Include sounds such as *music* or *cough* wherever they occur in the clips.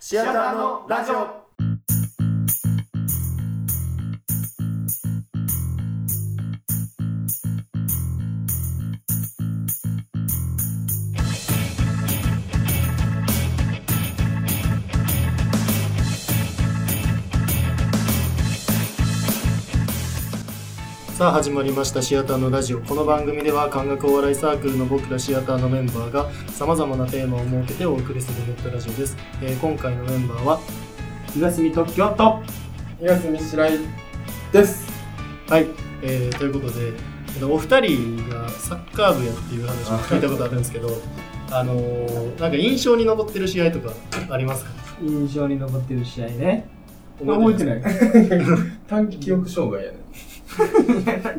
シアターのラジオさあ始まりましたシアターのラジオこの番組では感覚お笑いサークルの僕らシアターのメンバーがさまざまなテーマを設けてお送りするネットラジオです、えー今回のメンバーは東住特許と東見白井です。はい、えーということでえっとお二人がサッカー部やっていう話を聞いたことあるんで *laughs* すけどあのーなんか印象に残ってる試合とかありますか印象に残ってる試合ね覚覚ええててるない短期記憶障害やね。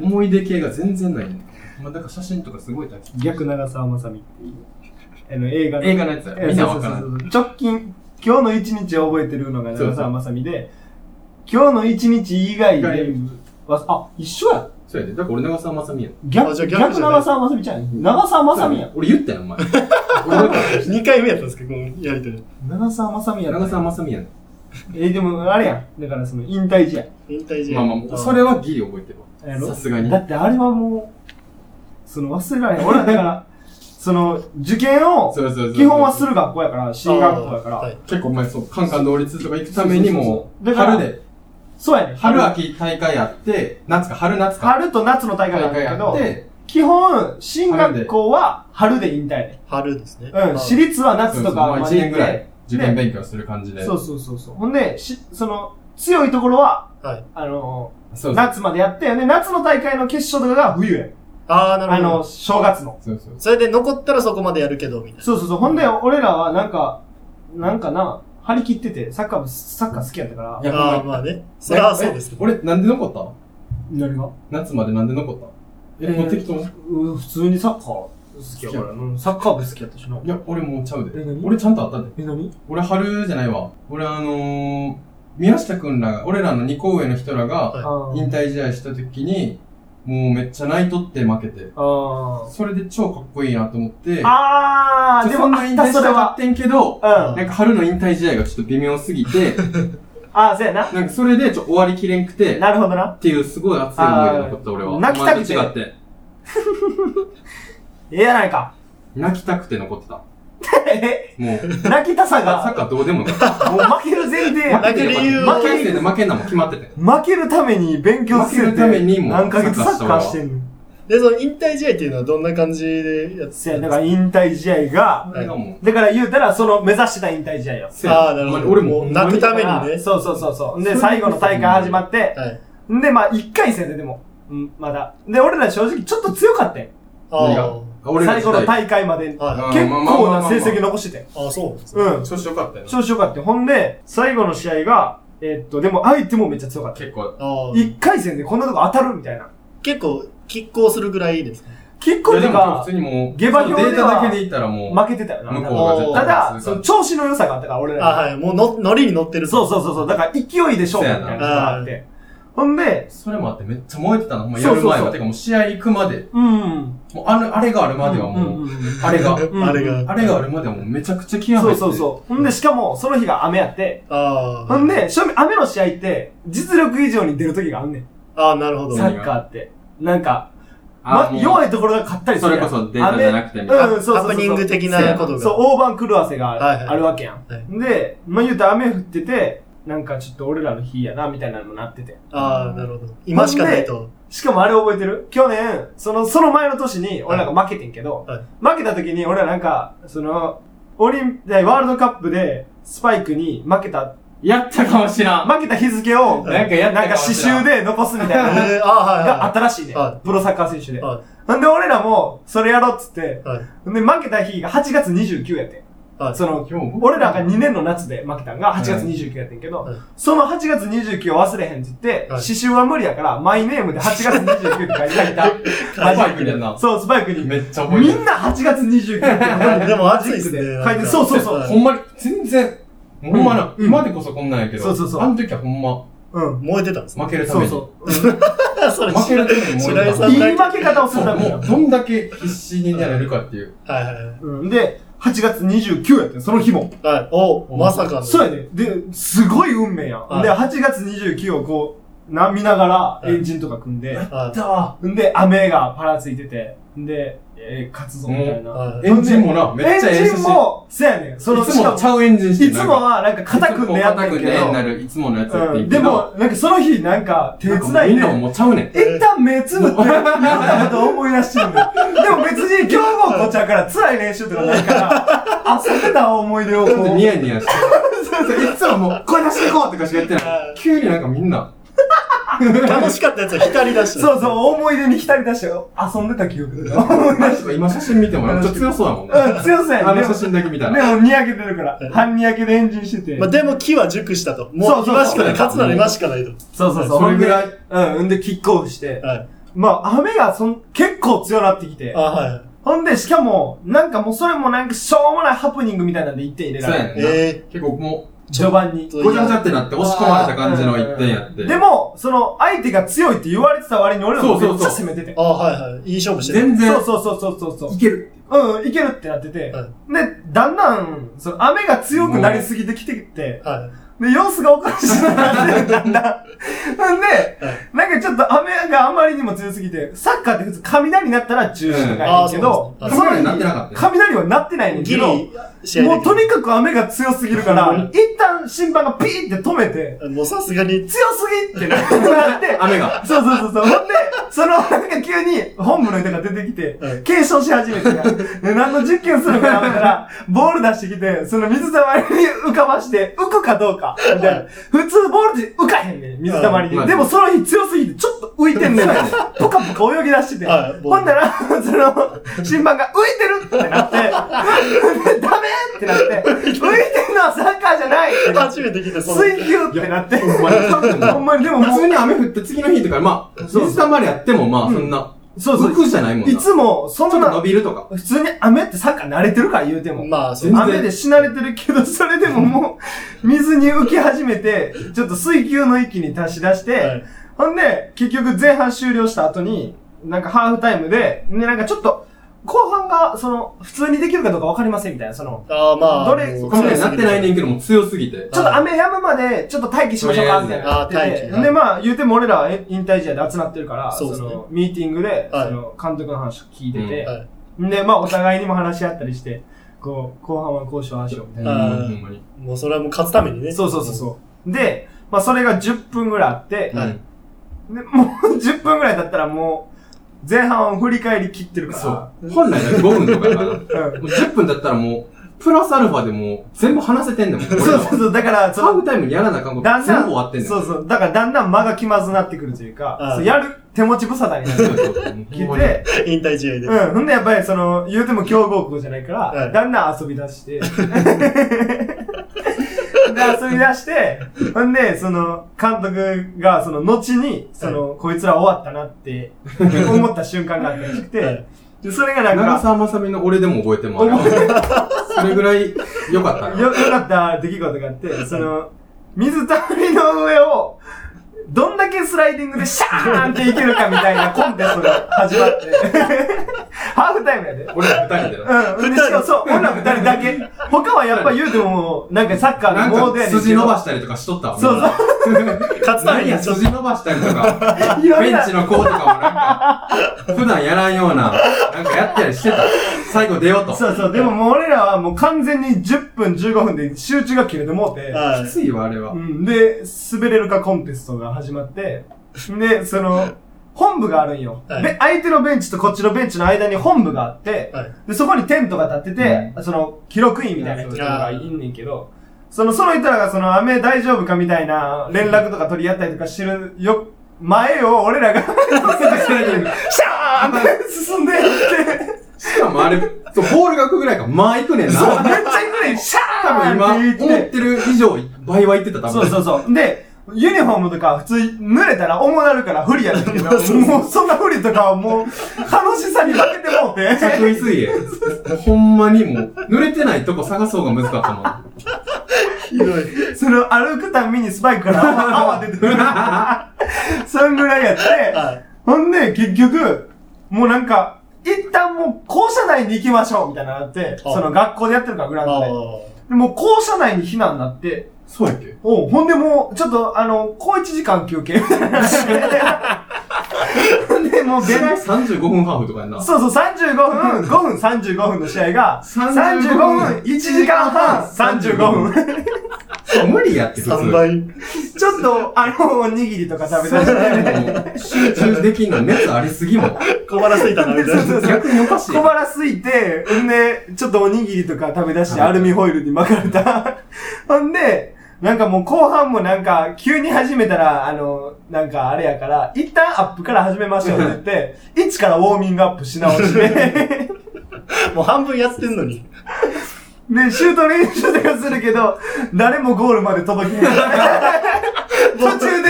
思い出系が全然ないね。まあ、なんか写真とかすごい短期逆長澤まさみっていうあの映画の映画のやつやえみんなわからそん。うそうそうそう直近今日の一日を覚えてるのが長澤まさみで今日の一日以外以ではあ一緒やそうやね。だから俺長澤まさみやん。逆あじゃあ逆じゃない逆長澤まさみちゃん長澤まさみやん俺言ったやん、お前。俺なんか2回目やったんですけどこのやりとり長澤まさみや長ん澤まさみやねえーでもあれやんだからその引退試合引退試ま合あまあ、それはギリ覚えてやるろわ。さすがにだ。ってあれはもうその忘れられへん俺はだから *laughs* その受験をそうそうそう。基本はする学校やから、進学校やから、はい結構お前そう、カンカン同率とか行くためにもう、そうそうそうそうだから春で、そうやね。春秋大会やって、夏か、春夏か。春と夏の大会なん大会だけやっど、て、基本、進学校は春で引退やね。春ですねうん、私立は夏とかまあま1で行って年ぐらい、受験勉強する感じで。そうそうそうそう。ほんで、し、その、強いところは、はいあのそうそーう。夏までやってよね。夏の大会の決勝とかが冬やね。ああなあるほの、ど正月の。そうそう。それで残ったらそこまでやるけどみたいなそうそうそう。ほんで、俺らはなんか、なんかな、張り切ってて、サッカー部、サッカー好きやったからい、やああまあねそれはそうですけえど俺、なんで残った何が夏までなんで残ったえ、えーもう適当いう普通にサッカー好きやから、うんサッカー部好きやったしな。や、俺もうちゃうえで。何俺ちゃんとあったで。え、何俺、春じゃないわ。俺、あのー、宮下くんらが、俺らの2校上の人はらが、あ引退試合した時に、もうめっちゃ泣いとって負けて。あそれで超かっこいいなと思って、あちー、ょでそんもなあ引っ退た、しそたれかっは。てんけどう、ん。なんか春の引退試合がちょっと微妙すぎ *laughs* て、ああ、そうやな。なんかそれでちょっと終わりきれんくて、なるほどな。っていうすごい熱い思いが残った俺あは。ー泣きたくてお前と違って。ええやないか。泣きたくて残ってた。えもう、泣きたさサッが、カーどうでもよかった。もう負ける前提や泣ける理由を負ける時点で負けんなもん決まってて。負けるために勉強する負けるためにも何ヶ月サッカーしてんの。でその引退試合っていうのはどんな感じでやってそうや、だから引退試合が、あれがもだから言うたら、その目指してた引退試合よ。う、ああなるほど俺も、泣くためあにねーそうそうそうそそう。で、れ最後の大会始まって、はいんで、まあ、1回戦ででも、うんまだ。で、俺ら正直ちょっと強かったよ。何があ俺ら最自後の体大会まで。結あはあいーまあまあまあま構あまなあ成績残してて。ああそうなんですねうん。調子良かったよな。調子よかったよ。ほんで、最後の試合が、えーっと、でも相手もめっちゃ強かった。結構。ああ一回戦でこんなとこ当たるみたいな。結構拮抗するぐらいですねキックいやオでフもが普通にもう、下馬評ではデータだけでいったらもう、負けてたよ向な。こうがた絶対だ、普通その調子の良さがあったから、俺らあが。はいもうのノリに乗ってるそうそうそうそう。だから勢いで勝負みたいなのがあっそうて。ほんで、それもあってめっちゃ燃えてたの。もうそやうるそうそう前は。てかもう試合行くまで、うん。もうあのあれがあるまではうもう、んうんうんあれが、うんあれがあれがあるまではもうめちゃくちゃ気合そ入うってそうそう。ほんで、しかも、その日が雨やって。ああほんで、正味雨の試合って、実力以上に出る時があんねん。ああなるほどサさッカーって。なんか、あまーもう弱いところが勝ったりすそるれやこん。そデータじゃなくてみたいな。うん、そうそうそうそうハプニング的なことがそう、大番狂わせはいはいがあるわけやん。はいで、まあ言うと雨降ってて、なんかちょっと俺らの日やな、みたいなのもなってて。ああなるほど今しかないとしかもあれ覚えてる去年、その、その前の年に俺らが負けてんけど、はい負けた時に俺らなんか、その、オリンピワールドカップでスパイクに負けた、やったかもしらん。負けた日付を、なんかやったかもしれんなんか刺繍で残すみたいえなのーあがああったらしいねは。プロサッカー選手で。はなんで俺らも、それやろうっつって、はいはいで負けた日が8月29やってん。はいその、今日俺らが2年の夏で負けたんが8月29やってんけど、はいその8月29を忘れへんって言って、はい刺繍は無理やから、マイネームで8月29って書いてあげた。スパイクでな。そう、スパイクに。めっちゃ覚えみてるん。な8月29ってあでも暑いですね書いて、そうそうそう。はいほんまに、全然、ほんまな、うん今でこそこんなんやけど、そうそうそうあの時はほんま、うん。燃えてたんですね負けるたそめうに。そう。それ負けるためにもう白井さうんん言い負け方をすそるう、ためにもう、どんだけ必死になれるかっていう。はいはいはいうん。で、 8月29やってん、その日も。はい。お、まさかの。そうやね。で、すごい運命やん。はいで、8月29をこう、な、見ながら、いエンジンとか組んで、はいだわ。んで、雨がパラついてて、んで、えー、勝つぞ、みたいな。はいエンジンもな、めっちゃええエン写ジン真。も、そうやねん。その、いつもちゃうエンジンしていつもは、なんか、硬くんでやって硬るくけねなど、る、いつものやつやってうんん。けでども、なんか、その日、なんか、手なんつかなみいんでな、もうちゃうねん。一旦目つぶって、いろんなことを思い出してるんだよ。でも別に今日もこっちゃから辛い練習とかないから、焦ってた思い出を *laughs* こちょっとニう。ヤニヤして。いつももう、声出していこうとかしかやってない。 *laughs* 急になんかみんな、楽しかったやつは光り出した。そうそう、思い出に浸り出して遊んでた記憶だよ。お前とか今写真見てもめっちゃ強そうだもんね。うん、強さやあのね。でも写、真だけ見たでら。もにやけてるから、半にやけでエンジンしてて。まあ、でも木は熟したと。そもううそうそう今しかない。勝つなら今しかないと。そうそうそう。それぐらいほんで。うん、んでキックオフして。はい。まあ、雨がそん結構強なってきてあ、。はい。ほんで、しかも、なんかもうそれもなんかしょうもないハプニングみたいなんで1点入れそうらやれる。ねんな。え結構も序盤に。う、ごちゃごちゃってなって押し込まれた感じの一点やって。でも、その、相手が強いって言われてた割に俺らもめっちゃ攻めてて。あ、はいはい。いい勝負してる。全然そうそうそうそうそうそうい。ける。うん、いけるってなってて。はいで、だんだん、その、雨が強くなりすぎてきてて、はで、様子がおかしくなってて、だんだん。なんで、なんかちょっと雨があまりにも強すぎて、サッカーって普通雷になったら中止とかやねんけど、うんあーそうなのんですね雷日なってなかったね雷はなってないねい。んギけど、リ、試合できもうとにかく雨が強すぎ *laughs* るから、一旦審判がピーって止めて、もうさすがに、強すぎってなって、雨が。そうそうそうそう。ほんで、その、なんか急に本部の人が出てきてう、ん継承し始めてな、で何の実験するか *laughs* なと思ったら、ボール出してきて、その水たまりに浮かばして、浮くかどうか、みたいな。普通ボールって浮かへんねん、水たまりうに。んでもその日強すぎて、ちょっと浮いてんねん。ポカポカ泳ぎ出してて。はいほんなら、その、審判が浮いてるってなって、 *laughs* ダメってなって、浮いてるのはサッカーじゃないってなっ初てめて来た、その。水球ってなって、ほんまにでももう普通に雨降って次の日とか、まあ、水たまりやっても、まあ、そんな、そうそう浮。くじゃないもんな。いつも、そちょんっと伸な、びるとか。普通に雨ってサッカー慣れてるから言うても。まあ、そう全。然雨で死なれてるけど、それでももう、水に浮き始めて、ちょっと水球の域に達し出して、はいほんで、結局前半終了した後に、なんかハーフタイムで、ね、なんかちょっと、後半が、その、普通にできるかどうかわかりませんみたいな、その、ああ、まあ。どれもうカメラになってないねんけども、強すぎて。ちょっと雨止むまで、ちょっと待機しましょうか、みたいな。とりあえずねあー待機でで、まあ、言うても俺らは引退試合で集まってるから、そうですねの、ミーティングで、はいその、監督の話を聞いてて、うんはいで、まあ、お互いにも話し合ったりして、こう、後半はこうしよう、ああしよう、みたいほな。あーんまに。もうそれはもう勝つためにね。そうそうそうそう。で、まあ、それが10分ぐらいあって、はいうんでもう *laughs* 10分ぐらいだったらもう、前半を振り返り切ってるから。そう。本来だって5分とかやから。もうんう10分だったらもう、プラスアルファでもう、全部話せてんだもん。俺らそはうそうそう、だから、そハーの、フタイムにやらなあかんことだん全だ部終わってんん、だそよ。うそう、だからだんだん間が気まずなってくるというあかあ、そうやる手持ち無沙汰になっそてうそうそう。きほんまにて、引退試合で。うん。ほんで、やっぱり、その、言うても強豪校じゃないから、はいだんだん遊び出 *laughs* して。で、遊び出して、ほんで、その、監督が、その、後に、その、こいつら終わったなって、思った瞬間があったらしくて、はいで、それがなん長か、澤まさみの俺でも覚えてもらう。それぐらい良かったな。よ、よかった出来事があって、その、水たまりの上を、どんだけスライディングでシャーンっていけるかみたいなコンテストが始ま *laughs* って、ハーフタイムやで。 *laughs* 俺ら二人でな。うん。で、しかもそう、俺ら二人だけ。他はやっぱ言うてももう、なんかサッカーなのモーんドかやねんけど筋伸ばしたりとかしとったわ。そうそう勝つため何にや、ちょっと。筋伸ばしたりとか、 *laughs* いろんベなンチの子とかもなんか、普段やらんような、なんかやったりしてた。最後出ようと。そうそう。でももう俺らはもう完全に10分15分で集中が切れてもうて。はきいついわ、あれはう。ん。で、滑れるかコンテストが始まって。で、その、本部があるんよ。はいで、相手のベンチとこっちのベンチの間に本部があって、はいで、そこにテントが立ってて、その、記録員みたいな人がいんねんけど、その、その人らがその、雨大丈夫かみたいな連絡とか取り合ったりとかしてるよ、前を俺 *laughs* らが、シャーンって進んでいって、しかもあれ、そうボールが行くぐらいから、まあ行くねんな。そう、めっちゃ行くねん、シャ多分今、ーン思って言ってっ、てる以上、倍は言ってた、多分。そうそうそう。で、ユニフォームとか普通濡れたら重なるから不利やねんけど、もう *laughs* そんな不利とかはもう楽しさに負けてもう *laughs* て。着衣水泳。 *laughs* ほんまにもう、濡れてないとこ探そうが難かったもん。ひどい。その歩くたびにスパイクから泡泡出てくる。そんぐらいやって、はいほんで結局、もうなんか、一旦もう校舎内に行きましょうみたいなのがあって、あその学校でやってるからグラウンドあで。でもう校舎内に避難になって、そうやっけおうほんでもう、ちょっとあの、高1時間休憩みたいな。で、もう出ない。 35分ハーフとかやんな。そうそう、35分、5分35分の試合が、 35 35分、1時間半、35分。そう無理やって、普3通。倍。ちょっと、あの、おにぎりとか食べたりして、もう集中できんの熱ありすぎも。小腹すいたな、みたいな。逆におかしい小。腹すいて、んで、ちょっとおにぎりとか食べ出して、はいアルミホイルに巻かれた。 *laughs* ほんで、なんかもう後半もなんか、急に始めたら、あの、なんかあれやから、一旦アップから始めましょう *laughs* って言って、一からウォーミングアップし直して、もう半分やってんのに。で、シュート練習とかするけど、誰もゴールまで届き *laughs* ない。途中で、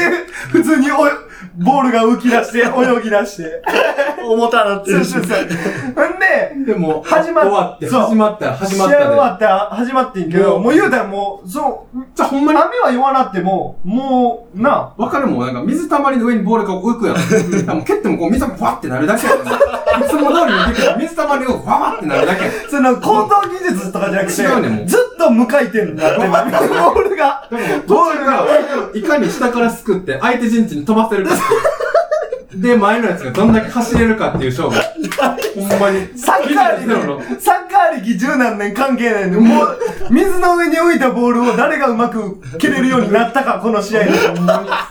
普通におよ、ボールが浮き出して、泳ぎ出して。重たなってそうるそうそう。ほんで、でも、始まっ終わって、そう始まった、始まっ試合終わたって始まってんけもど、うもう言うたらもう、そう、で。じゃ、ほんまに、雨は弱なっても、もう、な、わかるもん。なんか、水たまりの上にボールが浮くやん。もう蹴ってもこう、水がフワってなるだけやん。いつも通りに蹴っても水たまりがフワってなるだけやん。その高等技術とかじゃなくて、違うねんもうずっと無回転になってる、ボールが。ボールが、いかに下からすくって、相手陣地に飛ばせるかっていう。で、前のやつがどんだけ走れるかっていう勝負。ほんまに。サッカービジネスゼロの歴、サッカー歴十何年関係ないのに、もう、水の上に浮いたボールを誰がうまく蹴れるようになったか、この試合で。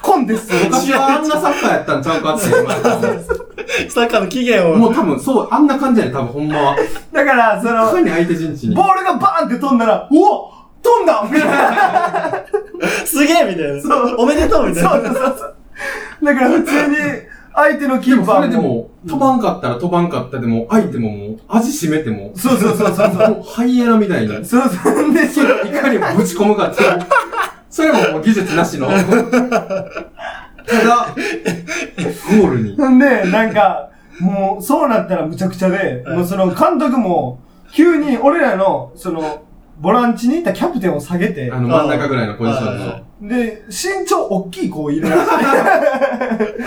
コンテストで。昔はあんなサッカーやったんちゃうかって今やったもんサッカーの起源もを。う多分、そう、あんな感じやね多分ほんまは。いだから、そかの、に相手陣地に。ボールがバーンって飛んだら、うお飛んだみたいな。すげえみたいな。おめでとうみたいそうな。そうそうそう。だから普通に相手のキでーもパそーれでも、飛ばんかったら飛ばんかったでも、相手ももう、味しめても、そうそうそうそう。もうハイエナみたいに、いそうそう。で、それかにもぶち込むかっていう。それももう技術なしの。ただ、ゴールに。ほんで、なんか、もう、そうなったらむちゃくちゃで、はいもうその監督も、急に俺らの、その、ボランチにいたキャプテンを下げてあ、の、真ん中ぐらいのポジションはいはのい。で、身長大きい子を入れられて。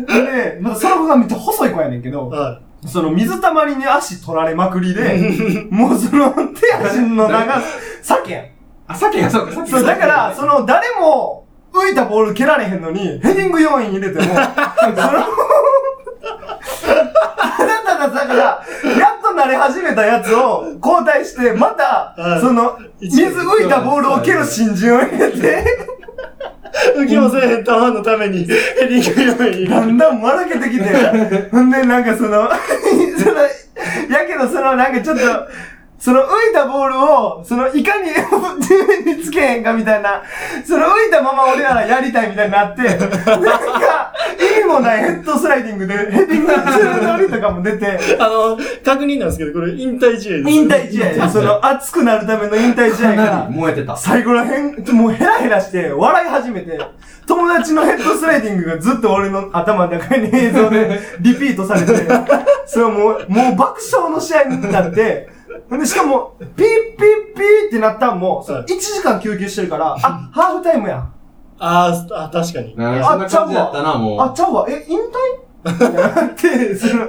で、またその子がめっちゃ細い子やねんけど、はその水たまりに足取られまくりで、もうその手足の長さ、さけやん。あ、さっきや、そうか、さっきそう、だから、その、誰も、浮いたボール蹴られへんのに、ヘディング要員入れても、その、ただただ、だから、やっと慣れ始めたやつを交代して、まはた、いその、水浮いたボールを蹴る新人を入れて、い。浮きもせえへん玉のために、ヘディング用意。だんだん笑けてきて、ほんで、なんかその、 *laughs* その、やけどその、なんかちょっと、その浮いたボールを、その、いかに *laughs* 地面につけへんかみたいな、その浮いたまま俺らやりたいみたいになって、なんか、意味もないヘッドスライディングで、ヘディングの強取りとかも出て、あの、確認なんですけど、これ引退試合です。引退試合で、その、熱くなるための引退試合かがなり、燃えてた。最後らへん、もうヘラヘラして笑い始めて、友達のヘッドスライディングがずっと俺の頭の中に映像でリピートされて、それはもう、もう爆笑の試合になって、で、しかも、ピーピーピーってなったんも、はい1時間休憩してるから、あ、ハーフタイムやん。あーあ、確かに。なんかそんな感じやったな、もう。あ、ちゃうわ、え、引退ってなって、その、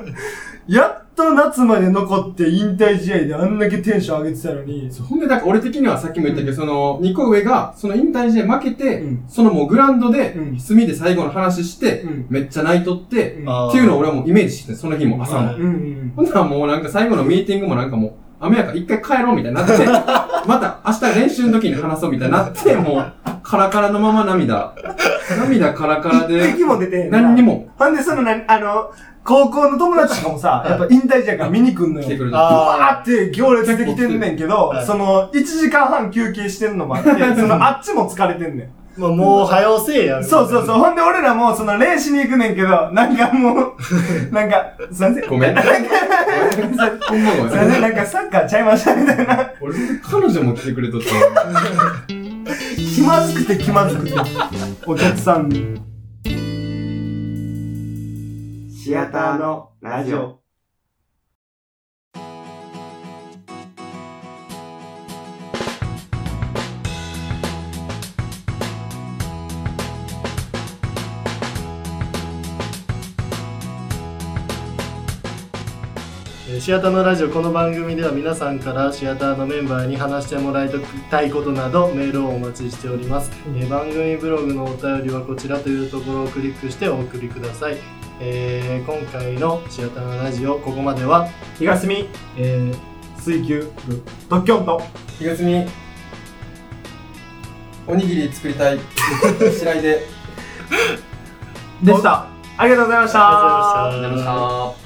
やっと夏まで残って引退試合であんだけテンション上げてたのに、そうほんで、だから俺的にはさっきも言ったけど、その、2個上が、その引退試合負けて、うんそのもうグラウンドで、うん炭で最後の話して、うんめっちゃ泣いとって、うんあーっていうのを俺はもうイメージしてて、その日も朝も。はうんうん。ほんならもうなんか最後のミーティングもなんかもう、雨やから一回帰ろうみたいにな *laughs* って、また明日練習の時に話そうみたいになって、もう、カラカラのまま涙。涙カラカラで一、滴も出てへんな何にもほんで、そのな、あの、高校の友達とかもさ、やっぱ引退試合から見に来んの来てくよ。れる。あバーって行列できてんねんけどは、いその、1時間半休憩してんのもあって、 *laughs* その、あっちも疲れてんねん。まあ、もう、早うせえや。そうそうそう。。ほんで、俺らも、その、練習に行くねんけど、なんか *laughs* もう、なんか、すいません。ごめん。ほんま *laughs* ごめすいません、ん。なんかサッカーちゃいましたみたいな。俺、彼女も来てくれとったのに。気まずくて気まずくて。 *laughs* お客さんに。シアターのラジオ。シアターのラジオこの番組では皆さんからシアターのメンバーに話してもらいたいことなどメールをお待ちしております、えー番組ブログのお便りはこちらというところをクリックしてお送りください、えー今回のシアターのラジオここまでは、東見、えー水球部、特許と。東におにぎり作りたい白井ででした。ありがとうございました。ありがとうございましたありがとうございました